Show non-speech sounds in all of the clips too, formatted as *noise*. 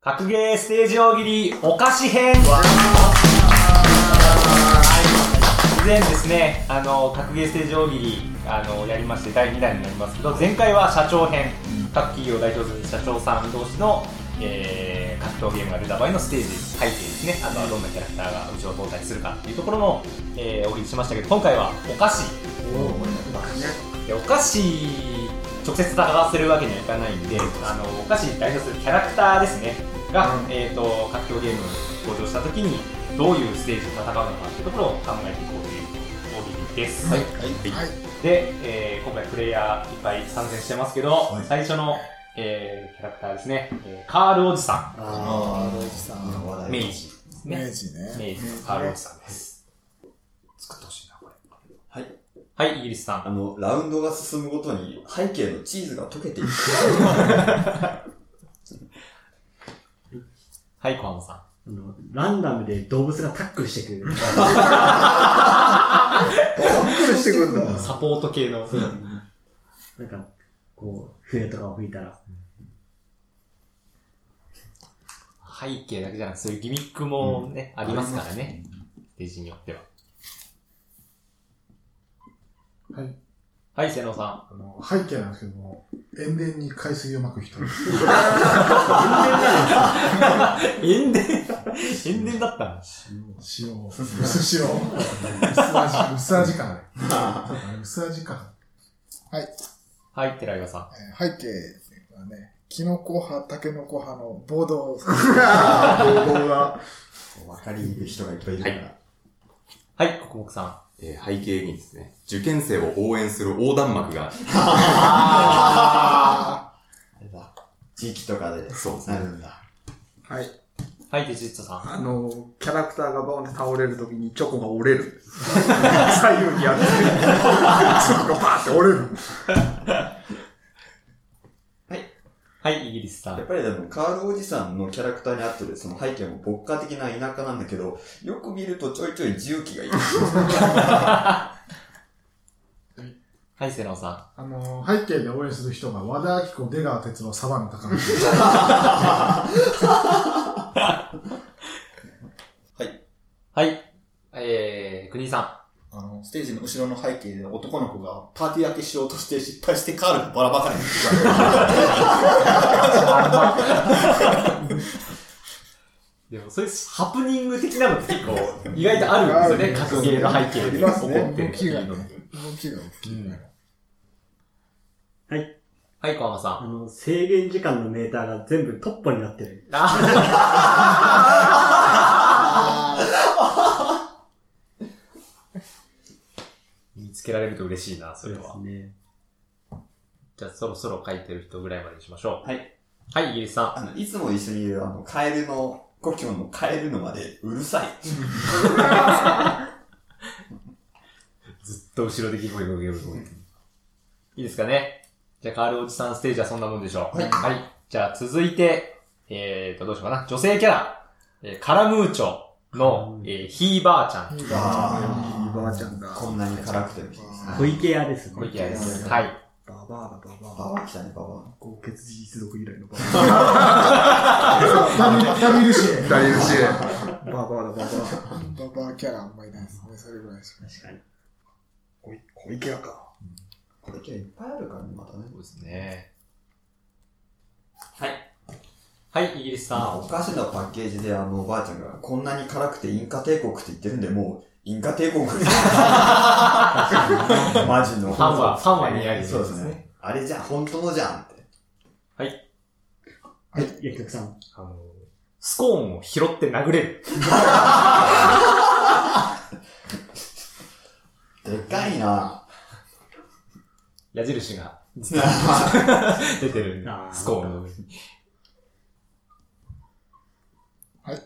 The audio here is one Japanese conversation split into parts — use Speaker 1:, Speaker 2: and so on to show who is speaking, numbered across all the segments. Speaker 1: 格ゲーステージ大喜利お菓子編以前ですね、あの、格ゲーステージ大喜利、あの、やりまして、第2弾になりますけど、前回は社長編、各企業を代表する社長さん同士の、えー格闘ゲームが出た場合のステージ、背景ですね、あとはどんなキャラクターがうちを淘汰するかっていうところの、えー、お聞きしましたけど、今回はお菓子でお菓子直接戦わせるわけにはいかないんであのお菓子に代表するキャラクターですねが、
Speaker 2: うん
Speaker 1: えー、と格闘ゲームに登場した時にどういうステージで戦うのかっていうところを考えていこうという大喜利です、
Speaker 2: はい
Speaker 3: はい。
Speaker 1: で、えー今回プレイヤーいっぱい参戦してますけど、
Speaker 3: はい
Speaker 1: 最初の、えーキャラクターですね、えーカールおじさ
Speaker 2: あー、ロイジさん。
Speaker 3: 話
Speaker 1: ん明治です
Speaker 3: 明
Speaker 1: ね
Speaker 3: 治
Speaker 1: 明
Speaker 3: ね。
Speaker 1: 治のカールおじさんです作ってほしいなこれ
Speaker 4: はい。
Speaker 1: はいイギリスさん
Speaker 4: あの、ラウンドが進むごとに背景のチーズが溶けていく。
Speaker 1: はい小浜さん
Speaker 5: あの、ランダムで動物がタックルしてくれ
Speaker 4: *laughs*
Speaker 5: る。
Speaker 3: してくんだ。
Speaker 1: サポート系の
Speaker 5: なんか、こう、笛とかを吹いたら。
Speaker 1: 背景だけじゃなくて、そういうギミックもね、ありますからね。ステージによっては。
Speaker 2: はい。
Speaker 1: はい、瀬野さ
Speaker 3: あの、背景なんですけども、塩田に海水をまく人。
Speaker 1: ん。塩田塩田だったの
Speaker 3: 塩を。薄塩。薄味、薄味感ね。薄味感。はい。
Speaker 1: はい、寺岩さん。
Speaker 3: えー背景はね、キノコ派、タケノコ派の暴動。
Speaker 2: 動画が。
Speaker 4: わかりにくい人がいっぱいいるから。
Speaker 1: はい、国木さん。
Speaker 6: えー背景にですね、受験生を応援する横断幕
Speaker 4: *laughs*
Speaker 6: が、
Speaker 4: あれだ。地域とかで、そうなるんだ。
Speaker 2: はい。
Speaker 1: はい、デジットさん。
Speaker 2: あの、キャラクターがバーンって倒れるときにチョコが折れる。 *laughs* 左右にやって、チョコがバーンって折れる。
Speaker 1: はい、イギリスさ
Speaker 4: やっ
Speaker 1: ん。
Speaker 4: ぱりでも、カールおじさんのキャラクターに合ってる、その背景も牧歌的な田舎なんだけど、よく見るとちょいちょい重機がいる。
Speaker 1: はい、瀬野さ
Speaker 7: あの、背景で応援する人が和田明子、出川哲郎、サバンナ高野。
Speaker 1: ん。はい、えー、国井さ
Speaker 8: あの、ステージの後ろの背景で男の子がパーティー明けしようとして失敗してカールがバラバカに。
Speaker 1: ん。 *laughs* でも、そういうハプニング的なのって結構、意外と *laughs* あるんですよね。格ゲーの背景で起こってる
Speaker 3: 動
Speaker 1: って
Speaker 3: き
Speaker 1: い
Speaker 3: が
Speaker 1: う
Speaker 3: ね
Speaker 1: の。、
Speaker 3: 動きが大きいね。
Speaker 5: はい。
Speaker 1: はい、小浜さ
Speaker 5: あ
Speaker 1: ん。
Speaker 5: の、制限時間のメーターが全部トッポになってる。
Speaker 1: あ *laughs* 見つけられると嬉しいな、それは。
Speaker 5: ね。
Speaker 1: じゃあそろそろ書いてる人ぐらいまでにしましょう。
Speaker 4: はい。
Speaker 1: はい、イギリスさ
Speaker 4: あの、いつも一緒にいる、あの、カエルの、故郷のカエルのまで、うるさい。
Speaker 1: ん。ずっと後ろでギコギコギコギコ。いいですかね。じゃあ、カールおじさんステージはそんなもんでしょう。はい。じゃあ、続いて、えーと、どうしようかな。女性キャラ、えーカラムーチョの、えーひいばあちゃん。
Speaker 2: いいばあちゃんが。
Speaker 4: *laughs* こんなに辛くてもいいですね。
Speaker 5: 小池屋ですね。
Speaker 1: 小池屋です。はい。
Speaker 2: ババアだ、バ
Speaker 4: バ
Speaker 2: バア。
Speaker 4: バア来たね、ババア。
Speaker 2: こう、血実族以来のババ
Speaker 7: ダミルシ
Speaker 2: ア。大優秀。ババアだ、ババア。
Speaker 3: ババアキャラあんまりないですね。それぐらいしか。
Speaker 5: 確かに。
Speaker 2: 小小池屋か。
Speaker 4: これ今日いっぱいあるからね、またね。
Speaker 1: そうですね。はい。はい、イギリスさん。
Speaker 4: あお菓子のパッケージであのおばあちゃんがこんなに辛くてインカ帝国って言ってるんで、もうインカ帝国マジの。
Speaker 1: ファンは、ファンは似合い
Speaker 4: そうですね。。あれじゃん、本当のじゃんって。
Speaker 5: はい。薬局さん。
Speaker 1: あの、スコーンを拾って殴れる。
Speaker 4: でかいな
Speaker 1: 矢印が出てるんで
Speaker 5: あー
Speaker 1: スコーンの上に。
Speaker 3: はい。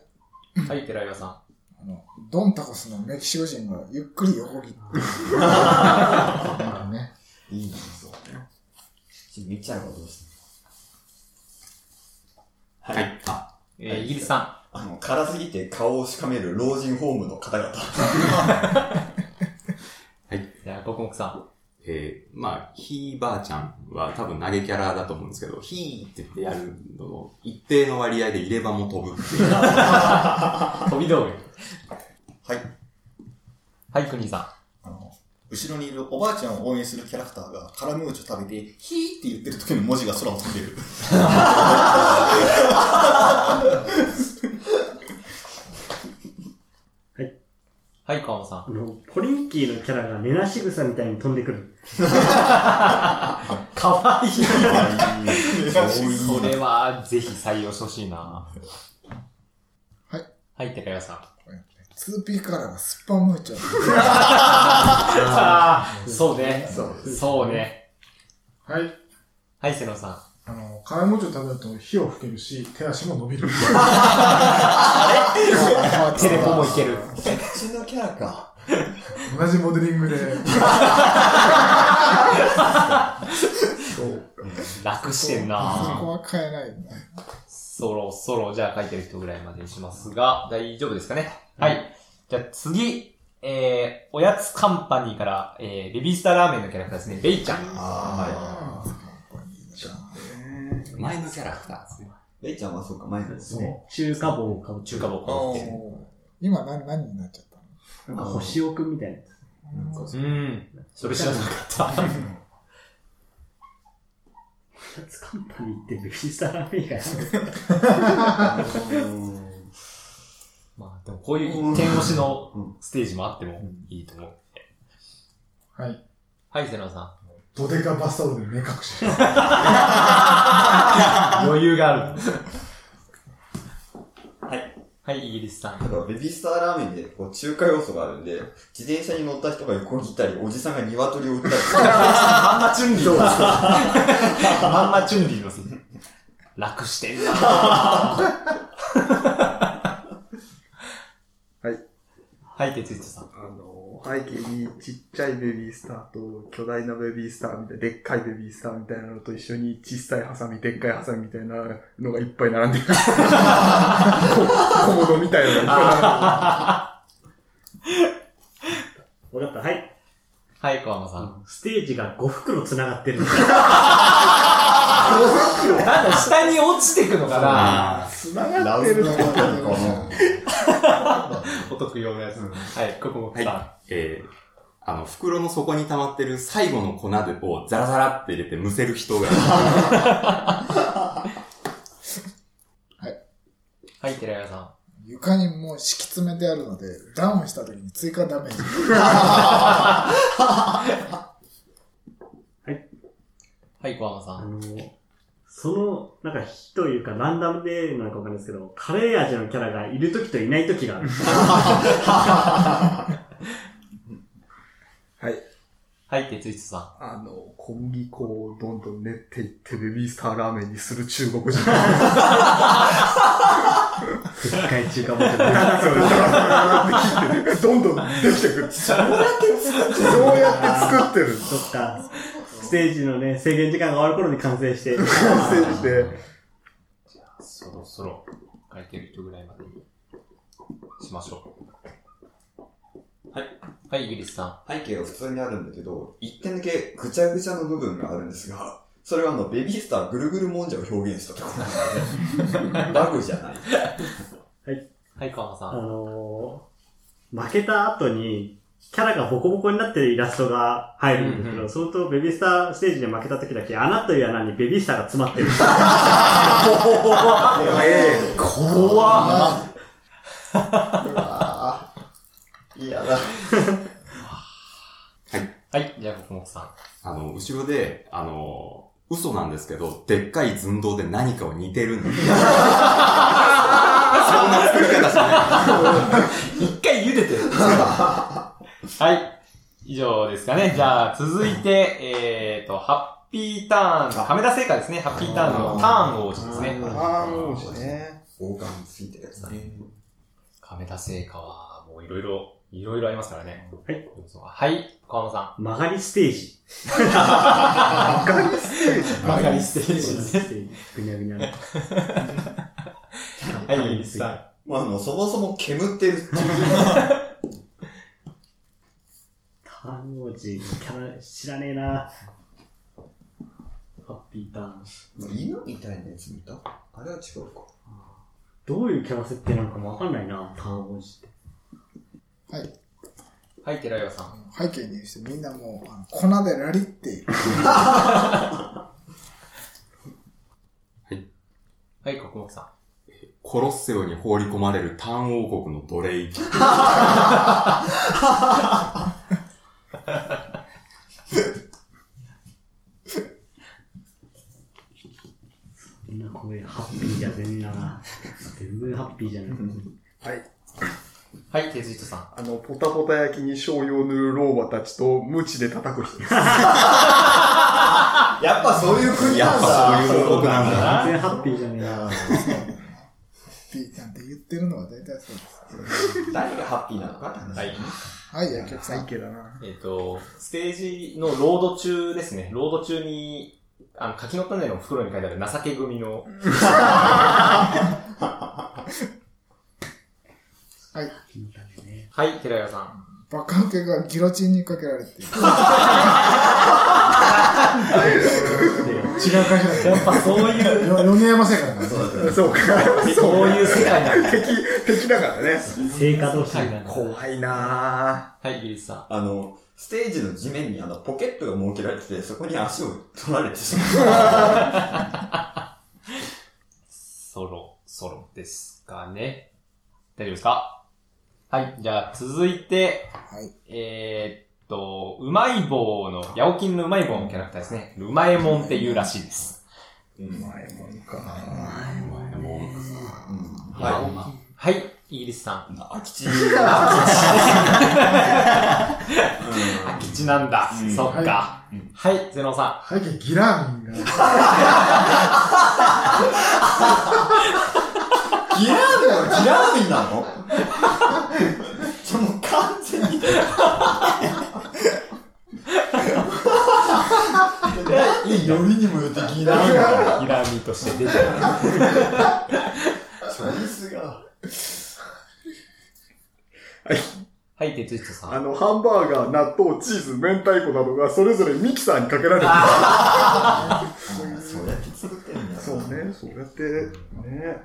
Speaker 1: はい、寺岩さん。
Speaker 3: あの、ドンタコスのメキシコ人がゆっくり横切って。ね。
Speaker 4: いいなそう。ちょっと見ちゃうからどうして。
Speaker 6: はい。あ、
Speaker 1: えー、イギリスさ
Speaker 4: あの、辛すぎて顔をしかめる老人ホームの方々。
Speaker 1: ん。じゃあ、国木さん。
Speaker 6: ええー、まあ、ひいばあちゃんは多分投げキャラだと思うんですけど、ひーって言ってやるのの、一定の割合で入れ歯も飛ぶっていう。
Speaker 1: 飛び道具。
Speaker 8: はい。
Speaker 1: はい、国さん。
Speaker 8: あの、後ろにいるおばあちゃんを応援するキャラクターが、カラムーチョ食べて、ヒーって言ってる時の文字が空を飛ん *laughs* でる。
Speaker 1: はい、川本さん。
Speaker 5: あの、ポリンキーのキャラが寝なし草みたいに飛んでくる。
Speaker 1: かわいい。
Speaker 8: そ
Speaker 1: これは、ぜひ採用してほしいな。
Speaker 3: は
Speaker 1: は
Speaker 3: い。
Speaker 1: い、高山さん。
Speaker 3: 2P カラーがすっぱ向いちゃう。
Speaker 1: ああ、そうね。そうね。
Speaker 3: はい。
Speaker 1: はい、瀬野さん。
Speaker 3: あの、辛いもちを食べると火を吹けるし、手足も伸びる。
Speaker 1: テレコもいける。
Speaker 4: ちのキャラか。
Speaker 3: 同じモデリングで。
Speaker 1: 楽してん
Speaker 7: そこ
Speaker 1: な
Speaker 7: は変えない。
Speaker 1: そろそろ、じゃあ書いてる人ぐらいまでにしますが、大丈夫ですかね。はい。じゃあ次、えー、おやつカンパニーから、えー、ベビースターラーメンのキャラクターですね、ベイちゃん。
Speaker 4: あ
Speaker 6: 前のキャラクターですね。
Speaker 4: あ。レイちゃんはそうか、前のですね。
Speaker 5: 中華棒をかぶ
Speaker 1: 中華ボ
Speaker 8: お
Speaker 1: コ。
Speaker 8: ー
Speaker 7: 今何、何になっちゃったの
Speaker 5: なんか星尾くんみたいなやつ。
Speaker 1: うん。それ知らなか
Speaker 6: *laughs*
Speaker 1: った。
Speaker 5: おやつカンパニーってベビースターラーメン以外ある
Speaker 1: まあ、でもこういう一点押しのステージもあってもいいと思う。
Speaker 3: はい。
Speaker 1: はい、瀬野さ
Speaker 3: ドデカバスタオルで目隠し。
Speaker 1: ん。余裕があ
Speaker 6: *laughs*
Speaker 1: る。
Speaker 4: はい。
Speaker 1: はい、イギリスさん
Speaker 4: あ。と、ベビースターラーメンで、こう、中華要素があるんで、自転車に乗った人が横切ったり、おじさんが鶏を売ったりしてる。
Speaker 1: まんまチュンリーまんまチュンリーですね。楽してるなはい。はい、てついつさん。
Speaker 2: あの、背景にちっちゃいベビースターと巨大なベビースターみたいな、でっかいベビースターみたいなのと一緒に小さいハサミ、でっかいハサミみたいなのがいっぱい並ん *laughs* でる。小物みたいなのがいっぱい並んでる。
Speaker 5: わかった。はい。
Speaker 1: はい、小浜さん。
Speaker 5: ステージが5袋繋がってる。
Speaker 1: なんか下に落ちてくのかな
Speaker 7: 繋
Speaker 4: ラ
Speaker 7: がっ
Speaker 4: ウ
Speaker 7: て
Speaker 4: ス
Speaker 7: る
Speaker 4: の
Speaker 7: の
Speaker 4: こと
Speaker 7: か
Speaker 4: なのかな
Speaker 1: お得用のやつ。はい、ここも
Speaker 6: は。い。えー、あの、袋の底に溜まってる最後の粉をザラザラって入れてむせる人が。
Speaker 1: はい、寺山さん。
Speaker 7: 床にもう敷き詰めてあるので、ダウンした時に追加ダメージ。
Speaker 1: はい、小浜さ
Speaker 5: あ
Speaker 1: ん。
Speaker 5: の、その、なんか火というかランダムでなんかわかんないですけど、カレー味のキャラがいる時といない時がある。
Speaker 2: はい。
Speaker 1: はい、てついつさん。
Speaker 2: あの、小麦粉をどんどん練っていってベビースターラーメンにする中国人。
Speaker 5: でっかい中華棒じゃない。
Speaker 2: *laughs* どんどんできてくる。どうやって作ってるどうやって
Speaker 5: そっか。ステージのね、制限時間が終わる頃に完成して。
Speaker 2: 作ってる完成して。
Speaker 1: そろそろ書いてる人ぐらいまでにしましょう。はい。はい、イギリスさん。
Speaker 4: *laughs* 背景は普通にあるんだけど、一点だけぐちゃぐちゃの部分があるんですが、それはあの、ベビースターぐるぐるもんじゃを表現したところなんで、バグじゃない。
Speaker 1: はい、小浜さ
Speaker 5: あ
Speaker 1: ん。
Speaker 5: のー、負けた後に、キャラがボコボコになってるイラストが入るんですけど、
Speaker 1: うんうん
Speaker 5: そのとベビースターステージで負けた時だけ、穴という穴にベビースターが詰まってる。
Speaker 1: 怖っ
Speaker 4: いやだ。
Speaker 1: はい、じゃあ、僕もさん。
Speaker 6: あの、後ろで、あの、嘘なんですけど、でっかい寸胴で何かを似てるんだ。 *laughs* そんな作り方しない。
Speaker 1: 一回茹でて *laughs* はい。以上ですかね。じゃあ、続いて、えーと、ハッピーターン、亀田製菓ですね。ハッピーターンのターン王子ですね。
Speaker 2: あー、もうね。
Speaker 4: 王冠ついてるやつだね。
Speaker 1: 亀田製菓は、もういろいろ、いろいろありますからね。
Speaker 5: はい。
Speaker 1: はい、川野さ
Speaker 5: 曲がりステージ。
Speaker 1: ん。マガリステージですね。
Speaker 5: ぐにゃぐにゃの。
Speaker 1: はい、イギリスさん。
Speaker 4: まあもうそもそも煙ってるっていう。
Speaker 5: ターン王子、キャラ、れ、知らねえな。ハッピーターン。
Speaker 4: 犬みたいなやつ見たあれは違うか。
Speaker 5: どういうキャラ設定なのかもわかんないな、ターン王子って。
Speaker 7: はい。
Speaker 1: はい、寺岩さん。
Speaker 7: 背景にしてみんなもう、あの粉でラリっている。
Speaker 1: はい、国木さ
Speaker 6: コロッセオに放り込まれるターン王国の奴
Speaker 4: *laughs*
Speaker 6: 隷。
Speaker 5: みんなこれハッピーじゃねえな。全然ハッピーじゃない。
Speaker 2: はい。
Speaker 1: ん。はい、哲人さん。
Speaker 2: あの、ポタポタ焼きに醤油を塗る老婆たちと、無知 *laughs* で叩く人です。は
Speaker 4: やっぱそういう国
Speaker 6: や
Speaker 4: なん
Speaker 6: っぱそういう王国なんだな。
Speaker 5: 全然ハッピーじゃねえな。
Speaker 7: ピーなんて言ってるのは大体そうです。
Speaker 4: 誰がハッピーなのかって話。
Speaker 1: はい。
Speaker 7: はい、薬局さ
Speaker 2: い、
Speaker 7: ん。
Speaker 2: けだな。
Speaker 1: えっ、と、ステージのロード中ですね。ロード中に、あの、柿の種の袋に書いてある情け組の、
Speaker 7: はい。
Speaker 1: はい、寺岩さん。
Speaker 7: バカウケがギロチンにかけられている。
Speaker 3: 違う会社だ
Speaker 1: やっぱそういう、
Speaker 3: よ。よ読めませんからね。そう
Speaker 2: そうか。
Speaker 1: そういう世界なんだ。
Speaker 2: 敵、敵だからね。
Speaker 5: 成果同士みたいな。
Speaker 2: 怖いな
Speaker 1: はい、ギリスさん。
Speaker 4: あの、ステージの地面にあのポケットが設けられてて、そこに足を取られてし
Speaker 6: *laughs*
Speaker 4: まう。
Speaker 1: ソロ、ソロですかね。大丈夫ですかはい、じゃあ続いて、
Speaker 7: はい。
Speaker 1: えーっと、うまい棒の、ヤオキンのうまい棒のキャラクターですね。うまえもんっていうらしいです。
Speaker 2: ぁ。うまいもんか。
Speaker 4: は
Speaker 1: はい、イギリスさん。
Speaker 4: い。空き地。空
Speaker 1: 空き地なんだ。
Speaker 4: うん
Speaker 1: そっか。はい、ゼノさ
Speaker 3: 背景ギラーミンが。
Speaker 4: 地。ギラーメンはギラーメンなのその完全に。なんでよりにもよってギラーメンなの
Speaker 1: ん。ヒラミとして出てる。
Speaker 4: チョイスが。
Speaker 1: はい、テツヒトさん。
Speaker 2: あの、ハンバーガー、納豆、チーズ、明太子などが、それぞれミキサーにかけられてる。
Speaker 4: そうやって作ってんだ。
Speaker 2: そう。ね、そうやって、ね。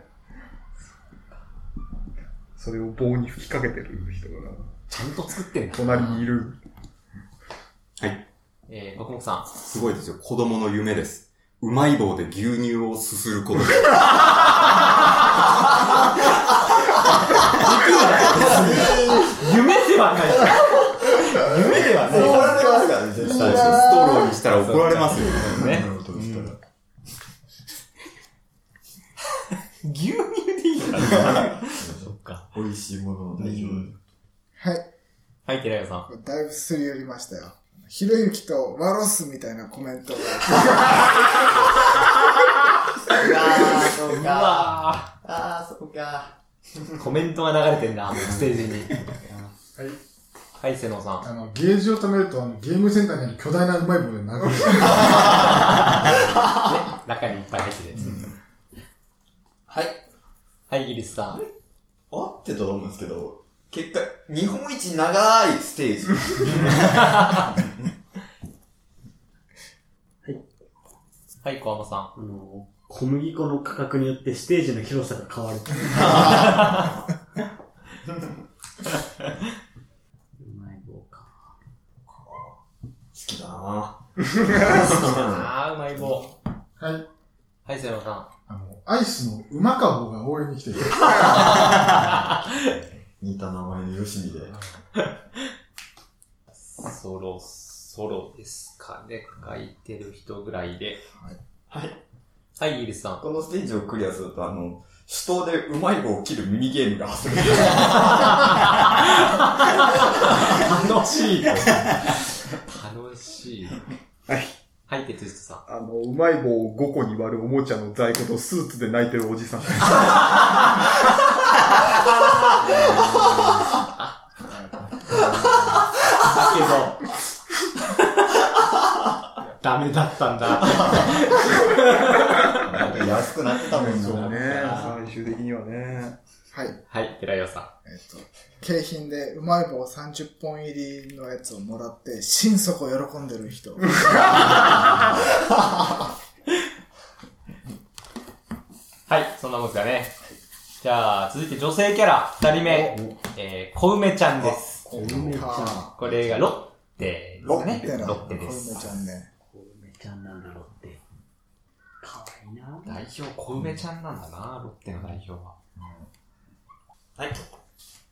Speaker 2: それを棒に吹きかけてる人が、
Speaker 1: ちゃんと作ってんだ。
Speaker 2: 隣にいる。
Speaker 6: はい。
Speaker 1: えー、国木さ
Speaker 6: すごいですよ。子供の夢です。うまい棒で牛乳をすすることで。
Speaker 1: ん。夢ではない。夢ではない。
Speaker 4: 怒られますからね、絶
Speaker 6: ストロ
Speaker 4: 対。
Speaker 6: ーにしたら怒られますよ。
Speaker 1: ね。
Speaker 4: ことしたら。
Speaker 1: *laughs* 牛乳でいいんだ。そっか。
Speaker 4: 美味しいものを代表
Speaker 7: はい。
Speaker 1: はい、寺谷さん。
Speaker 7: これだいぶすり寄りましたよ。ひろゆきとワロスみたいなコメントが。
Speaker 4: ああ、そう
Speaker 1: う。わ
Speaker 4: ああ、そうか。
Speaker 1: ーコメントが流れてんな、ステージに。はい、瀬野さん。
Speaker 3: あの、ゲージを貯めると、あの、ゲームセンターにある巨大なうまい棒で殴る。
Speaker 1: 中にいっぱい入ってるやつ。
Speaker 4: はい。
Speaker 1: はい、イギリスさん。
Speaker 4: 合ってたと思うんですけど、結果、日本一長いステー
Speaker 2: *laughs*
Speaker 4: ジ。
Speaker 1: はい、小浜さん。
Speaker 5: あの、小麦粉の価格によってステージの広さが変わる。うまい棒か。
Speaker 4: 好きだなぁ。好き
Speaker 1: あ
Speaker 4: だなぁ。
Speaker 1: ー、うまい棒。
Speaker 3: はい。
Speaker 1: はい、瀬野さん。
Speaker 3: あの、アイスのうまか棒が応援に来てる。
Speaker 4: 似た名前のよしみで。
Speaker 1: そろそろですかね。書いてる人ぐらいで。
Speaker 4: はい。
Speaker 1: はい、イギリスさん。
Speaker 4: このステージをクリアすると、あの、手刀でうまい棒を切るミニゲームが遊べる。
Speaker 2: *laughs*
Speaker 1: 楽しい。楽しい。
Speaker 2: はい。
Speaker 1: はい、哲人さん。
Speaker 2: あの、うまい棒を5個に割るおもちゃの在庫とスーツで泣いてるおじさん。
Speaker 1: だけど、ダメだったんだ。
Speaker 8: 安くなってたもんな。
Speaker 2: そうね、最終的にはね。
Speaker 7: はい。
Speaker 1: はい、寺岩さん。
Speaker 7: えっと、景品でうまい棒30本入りのやつをもらって、心底喜んでる人。
Speaker 1: はい、そんなもんですかね。じゃあ、続いて女性キャラ、二人目、えー、小梅ちゃんです。
Speaker 7: 小梅ちゃ
Speaker 1: これがロッテですね。
Speaker 7: ん。
Speaker 1: ロッテです。
Speaker 7: 小梅ちゃんね。
Speaker 5: 小梅ちゃんなんだろうって。かわいいな
Speaker 1: 代表、小梅ちゃんなんだな、ロッテの代表は。
Speaker 4: はい。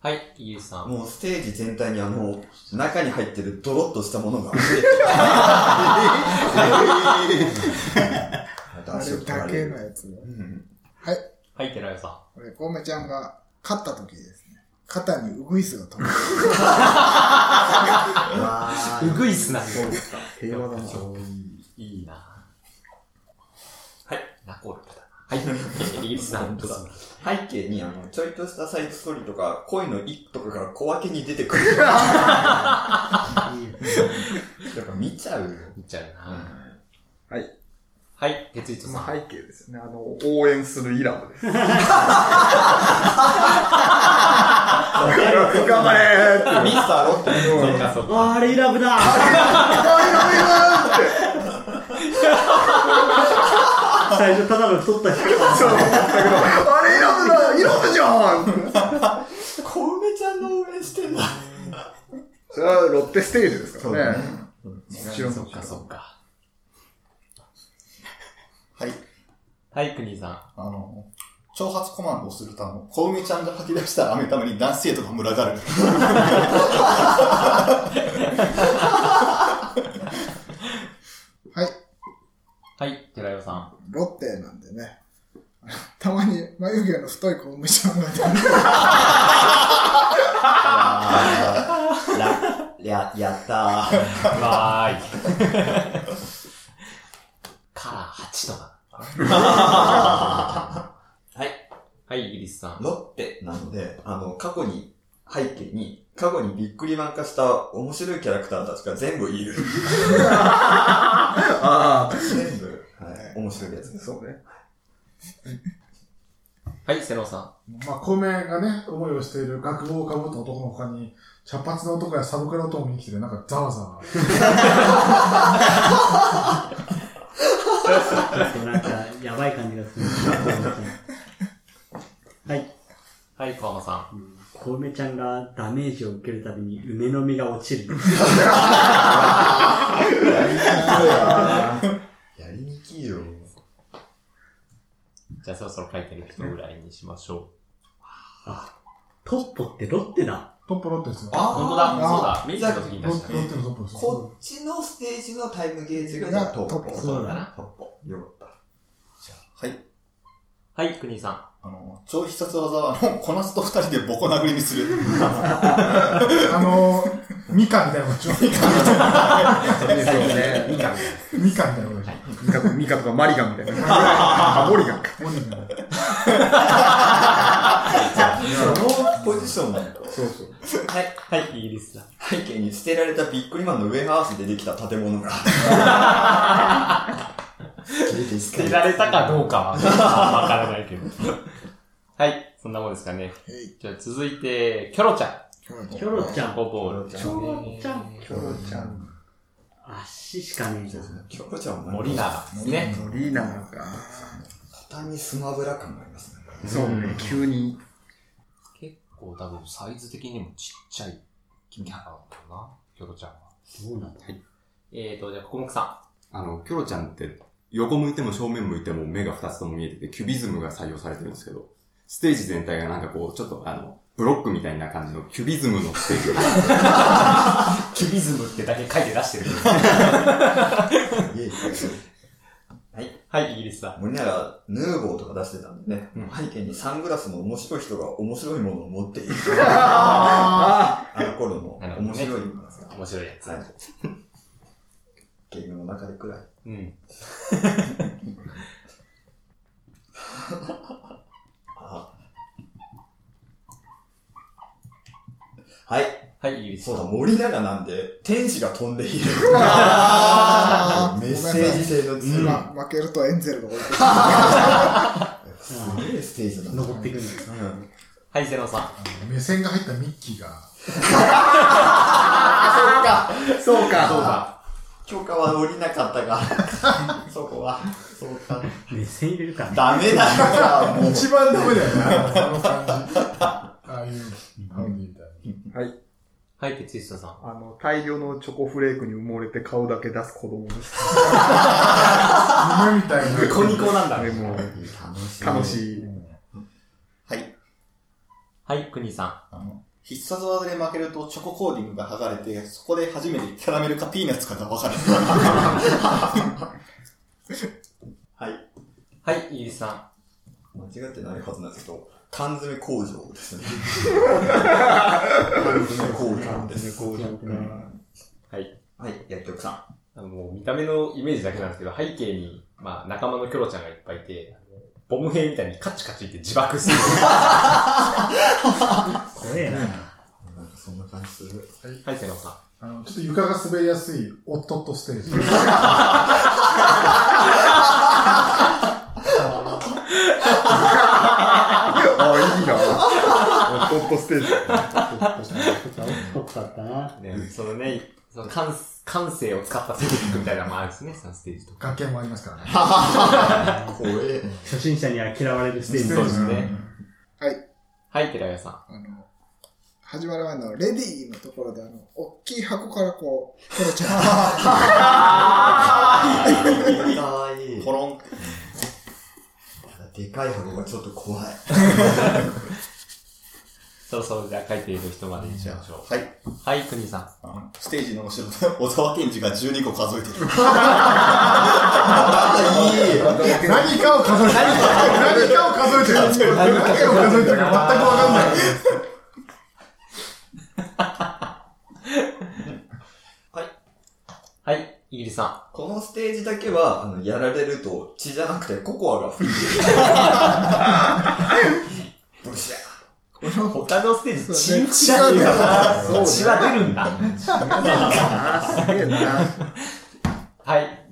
Speaker 1: はい、ゆうさん。
Speaker 4: もうステージ全体にあの、中に入ってるドロッとしたものが溢れて
Speaker 7: あれだけのやつ。
Speaker 4: うん
Speaker 7: はい。
Speaker 1: はい、寺岩さ
Speaker 7: これ、小梅ちゃんが勝った時ですね。肩にウグイスが飛ぶ。
Speaker 1: ん。うぐいすな。
Speaker 2: 平和だな。
Speaker 1: いいなはい、ナコルプだ。はい、えーイギリスなんです。
Speaker 4: 背景にあの、ちょいとしたサイドストーリーとか、恋の一とかから小分けに出てくる。やっぱ見ちゃうよ。
Speaker 1: 見ちゃうな
Speaker 2: はい。
Speaker 1: はい、鉄一さ
Speaker 2: ま
Speaker 1: ん。
Speaker 2: あ背景ですよね。あの、応援するイラブです。頑張れーって。
Speaker 4: ミスターロッテ
Speaker 1: そうか、そうか。
Speaker 5: あーあれイラブだ最初ただの太った人。
Speaker 2: あれイラブだイラブじゃん
Speaker 4: 小梅ちゃんの応援してんだ。
Speaker 2: それはロッテステージですからね。もちろん
Speaker 1: そうか、そうか。
Speaker 8: はい。
Speaker 1: はい、国井さん。
Speaker 8: あの、挑発コマンドをすると、あの、小梅ちゃんが吐き出した飴玉に男子生徒が群がる。
Speaker 7: はい。
Speaker 1: はい、寺岩さん。
Speaker 7: ロッテなんでね。 *laughs* たまに眉毛の太い小梅ちゃんが出て
Speaker 4: や、 *laughs* や、やったー。
Speaker 1: わーい。 *laughs* カラー8とか。
Speaker 4: はい。
Speaker 1: はい、イギリスさん。
Speaker 4: ロッテなので、あの、過去に、背景に、過去にビックリマン化した面白いキャラクターたちが全部いる。
Speaker 2: *laughs* あ
Speaker 4: 全部、はい、面白いやつで
Speaker 2: あ、
Speaker 4: す。
Speaker 2: そうね。
Speaker 1: はい、セロさ
Speaker 3: まあ、小梅がね、思いをしている学帽をかぶった男の他に、茶髪の男やサブクラ男に来てて、なんかざわざわ。
Speaker 5: ちょっとなんか、やばい感じがする。はい。
Speaker 1: ん。はい、川間さん。
Speaker 5: 小梅ちゃんがダメージを受けるたびに梅の実が落ちる。
Speaker 4: やりにきいよ。
Speaker 1: じゃあそろそろ書いてる人ぐらいにしましょ
Speaker 5: あ、トッポってロッテだ。
Speaker 3: トップロッテですよ。
Speaker 1: う。あ、本当だ、そうだ。メイジャーの時に
Speaker 3: ロ
Speaker 1: 出
Speaker 3: ッ
Speaker 1: した
Speaker 3: テロッ
Speaker 1: ね。
Speaker 3: テのトップですよ
Speaker 4: こ。っちのステージのタイムゲージがトップ。
Speaker 5: そうだ
Speaker 1: な
Speaker 4: トップ。よかっ
Speaker 8: はい。
Speaker 1: はい、国井さん。
Speaker 8: あの、超必殺技は、あの、こなすと二人でボコ殴りにする。
Speaker 3: あのー、ミカみたいなことでしょ
Speaker 2: そうね。ミカ。
Speaker 3: ミカみたいなことでし
Speaker 2: ミカとミカとかマリガンみたいな。あ、モリガンか。
Speaker 3: ょモニカみたいな
Speaker 4: た。そのポジションなんだ。
Speaker 2: そうそう。
Speaker 1: はい。はい、イギリスさん。
Speaker 4: 背景に捨てられたビックリマンのウェハースでできた建物
Speaker 7: *laughs*
Speaker 4: が。捨
Speaker 1: 捨てられたかどうかは、わからないけど。はい、そんなもんですかね。じゃあ続いて、キョロちゃ
Speaker 5: キョロちゃ
Speaker 1: ん。
Speaker 5: ん。
Speaker 1: ボボールちゃん。
Speaker 5: キョロちゃん。
Speaker 2: キョロちゃん。
Speaker 5: 足しかねえな。
Speaker 4: キョロちゃんは
Speaker 1: 森永ですね。
Speaker 2: リーナーか。
Speaker 4: 畳スマブラ感がありますね。
Speaker 2: そうね、急に。
Speaker 1: 結構多分サイズ的にもちっちゃいキャラなんだろうな、キョロちゃんは。
Speaker 5: そうなんだ。
Speaker 1: えーと、じゃあ、コ目さ
Speaker 6: あの、キョロちゃんって、横向いても正面向いても目が2つとも見えてて、キュビズムが採用されてるんですけど、ステージ全体がなんかこう、ちょっとあの、ブロックみたいな感じのキュビズムのステージ。
Speaker 1: ん。 *laughs* キュビズムってだけ書いて出してる。はい、イギリスだ。
Speaker 4: 森永、ヌーボーとか出してたんでね、背景にサングラスの面白い人が面白いものを持っている。
Speaker 2: あ
Speaker 4: あの頃の面白いものですが、
Speaker 1: 面白いやつ。
Speaker 4: はい。ゲームの中でくらい。
Speaker 1: うん。
Speaker 4: はい。
Speaker 1: はい、ゆり
Speaker 4: そ
Speaker 1: さ。
Speaker 4: うんだ、森永なんで、天使が飛んでいる。
Speaker 7: あー
Speaker 4: メッセージ性の強い。
Speaker 7: 今、負けるとエンゼルが置いてくる。
Speaker 4: すげえステージだな。
Speaker 5: 登っていくんです。
Speaker 4: うん
Speaker 1: はい、セロンさん。
Speaker 3: 目線が入ったミッキーが、
Speaker 2: そうか。
Speaker 4: そうだ。許可は降りなかったが、 *laughs* そこは。そうか。
Speaker 5: 目線入れるか。
Speaker 4: ダメだよ、もう。
Speaker 3: 一番ダメだよな、あの感じ。ああいうハンディみたいな。
Speaker 1: はい、哲久さん。
Speaker 2: あの、大量のチョコフレークに埋もれて顔だけ出す子供です。
Speaker 3: 夢みたいな。
Speaker 1: ニコニコなんだ
Speaker 2: あ。れも楽
Speaker 4: 楽い。
Speaker 2: しい。
Speaker 8: はい。
Speaker 1: はい、くにさ
Speaker 8: あの、必殺技で負けるとチョココーディングが剥がれて、そこで初めてキャラメルかピーナッツかが分かる。
Speaker 4: はい。
Speaker 1: ん。はい、ゆりさ
Speaker 4: 間違ってないはずなんですけど、缶詰工場ですね。缶詰工場です。
Speaker 2: 工場か。
Speaker 1: ん。はい。
Speaker 4: はい、薬局さん。
Speaker 1: あの、もう見た目のイメージだけなんですけど、背景に、まあ、仲間のキョロちゃんがいっぱいいて、あのボム兵みたいにカチカチって自爆する。
Speaker 5: 怖えな。
Speaker 4: なんかそんな感じする。
Speaker 1: はい、セロンさん。
Speaker 3: あの、ちょっと床が滑りやすい、おっとっとス
Speaker 2: *laughs*
Speaker 3: テージ。
Speaker 2: あ、いいな。おっとっとステージ。
Speaker 5: 濃かったな。
Speaker 1: ね、そのね、その感、感性を使ったテクニックみたいなのもあるんですね、3ステージとか。
Speaker 3: *laughs* 崖もありますからね。
Speaker 4: 怖え。
Speaker 5: 初心者には嫌われるステージ
Speaker 1: そうですね。
Speaker 7: はい。
Speaker 1: はい、寺谷さん。
Speaker 7: あの、始まる前のレディーのところで、あの、大きい箱からこう、取れちゃ
Speaker 4: *laughs*
Speaker 7: う。
Speaker 4: かわいい。
Speaker 8: ポロンって。
Speaker 4: でかい箱がちょっと怖い。
Speaker 1: そろそろじゃあ書いている人までにしましょ
Speaker 8: はい。
Speaker 1: う。はい、くにさん。
Speaker 8: あのステージの後ろで小沢健二が12個数え
Speaker 4: *laughs*
Speaker 8: てる。
Speaker 3: 何かを数えてる。何かを数えてる。何かを数えてるか全くわかんない。
Speaker 1: はい、イギリスさ
Speaker 4: このステージだけは、あの、やられると血じゃなくてココアが吹いてる。ブシャ
Speaker 1: ん。他のステージ、
Speaker 7: そうね
Speaker 1: 血血は出る
Speaker 2: そうね
Speaker 1: 血は出るんだ。
Speaker 2: あー、すげえな。
Speaker 1: はい、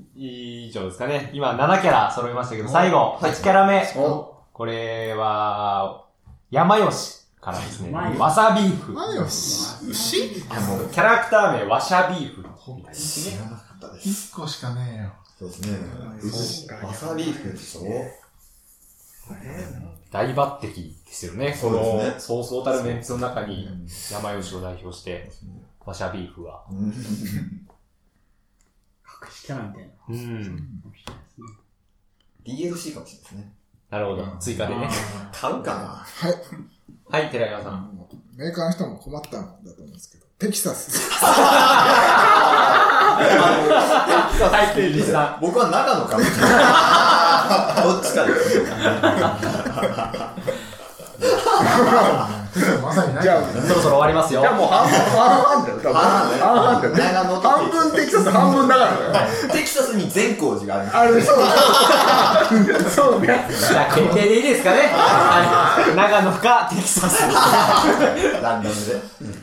Speaker 1: 以上ですかね。今7キャラ揃いましたけど、最後、8キャラ目。
Speaker 7: お
Speaker 1: これは、山吉からですね、
Speaker 5: 山吉
Speaker 1: わさビーフ。
Speaker 3: 何をし、
Speaker 8: 牛
Speaker 1: あのキャラクター名、わしゃビーフ。
Speaker 4: 知らなかったです。
Speaker 3: 一個しかねえよ。
Speaker 4: そうですね。
Speaker 2: そうか
Speaker 4: わさビーフでしょ
Speaker 1: 大抜擢ですよね。
Speaker 4: そうですね
Speaker 1: この、そうそうたるメンツの中に、山吉を代表して、わしゃビーフは。
Speaker 4: うん
Speaker 5: 隠しキャラみたいな。
Speaker 1: うん。
Speaker 4: DLC かもしれないですね。
Speaker 1: なるほど。追加でね。
Speaker 4: 買うか
Speaker 7: はい。
Speaker 1: はい、寺山さん。
Speaker 7: メーカーの人も困ったんだと思うんですけど、テキサス。
Speaker 1: はい、テリさ
Speaker 4: な僕は長野かなどっちかですね。
Speaker 3: まさにない
Speaker 2: じ
Speaker 3: か
Speaker 2: ゃ
Speaker 3: ら
Speaker 2: あ
Speaker 3: ね。、
Speaker 1: ん。 *laughs* そろそろ終わりますよ
Speaker 2: じゃ。あもう半分、半々だよ。多分半々だよね。
Speaker 4: 長野と
Speaker 2: 半分テキサス、半分だからだよ。
Speaker 4: テキサスに善光寺があるんです
Speaker 2: あれ、 *laughs* そうそう。そうね。
Speaker 1: じゃあ、決定でいいですかね。はい。長野か、テキサス。
Speaker 4: よランダムで。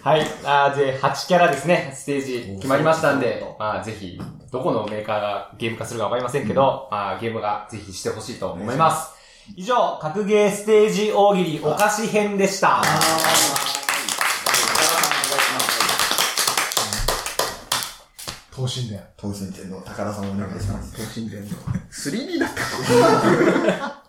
Speaker 1: はい。あーで、8キャラですね。ステージ決まりましたんで、まあ、ぜひ、どこのメーカーがゲーム化するかわかりませんけど、まあ、ゲームがぜひしてほしいと思います。以上、格ゲーステージ大喜利お菓子編でした。
Speaker 3: 等身伝。
Speaker 4: 当選店の宝さんお願いします。
Speaker 2: 3D だった。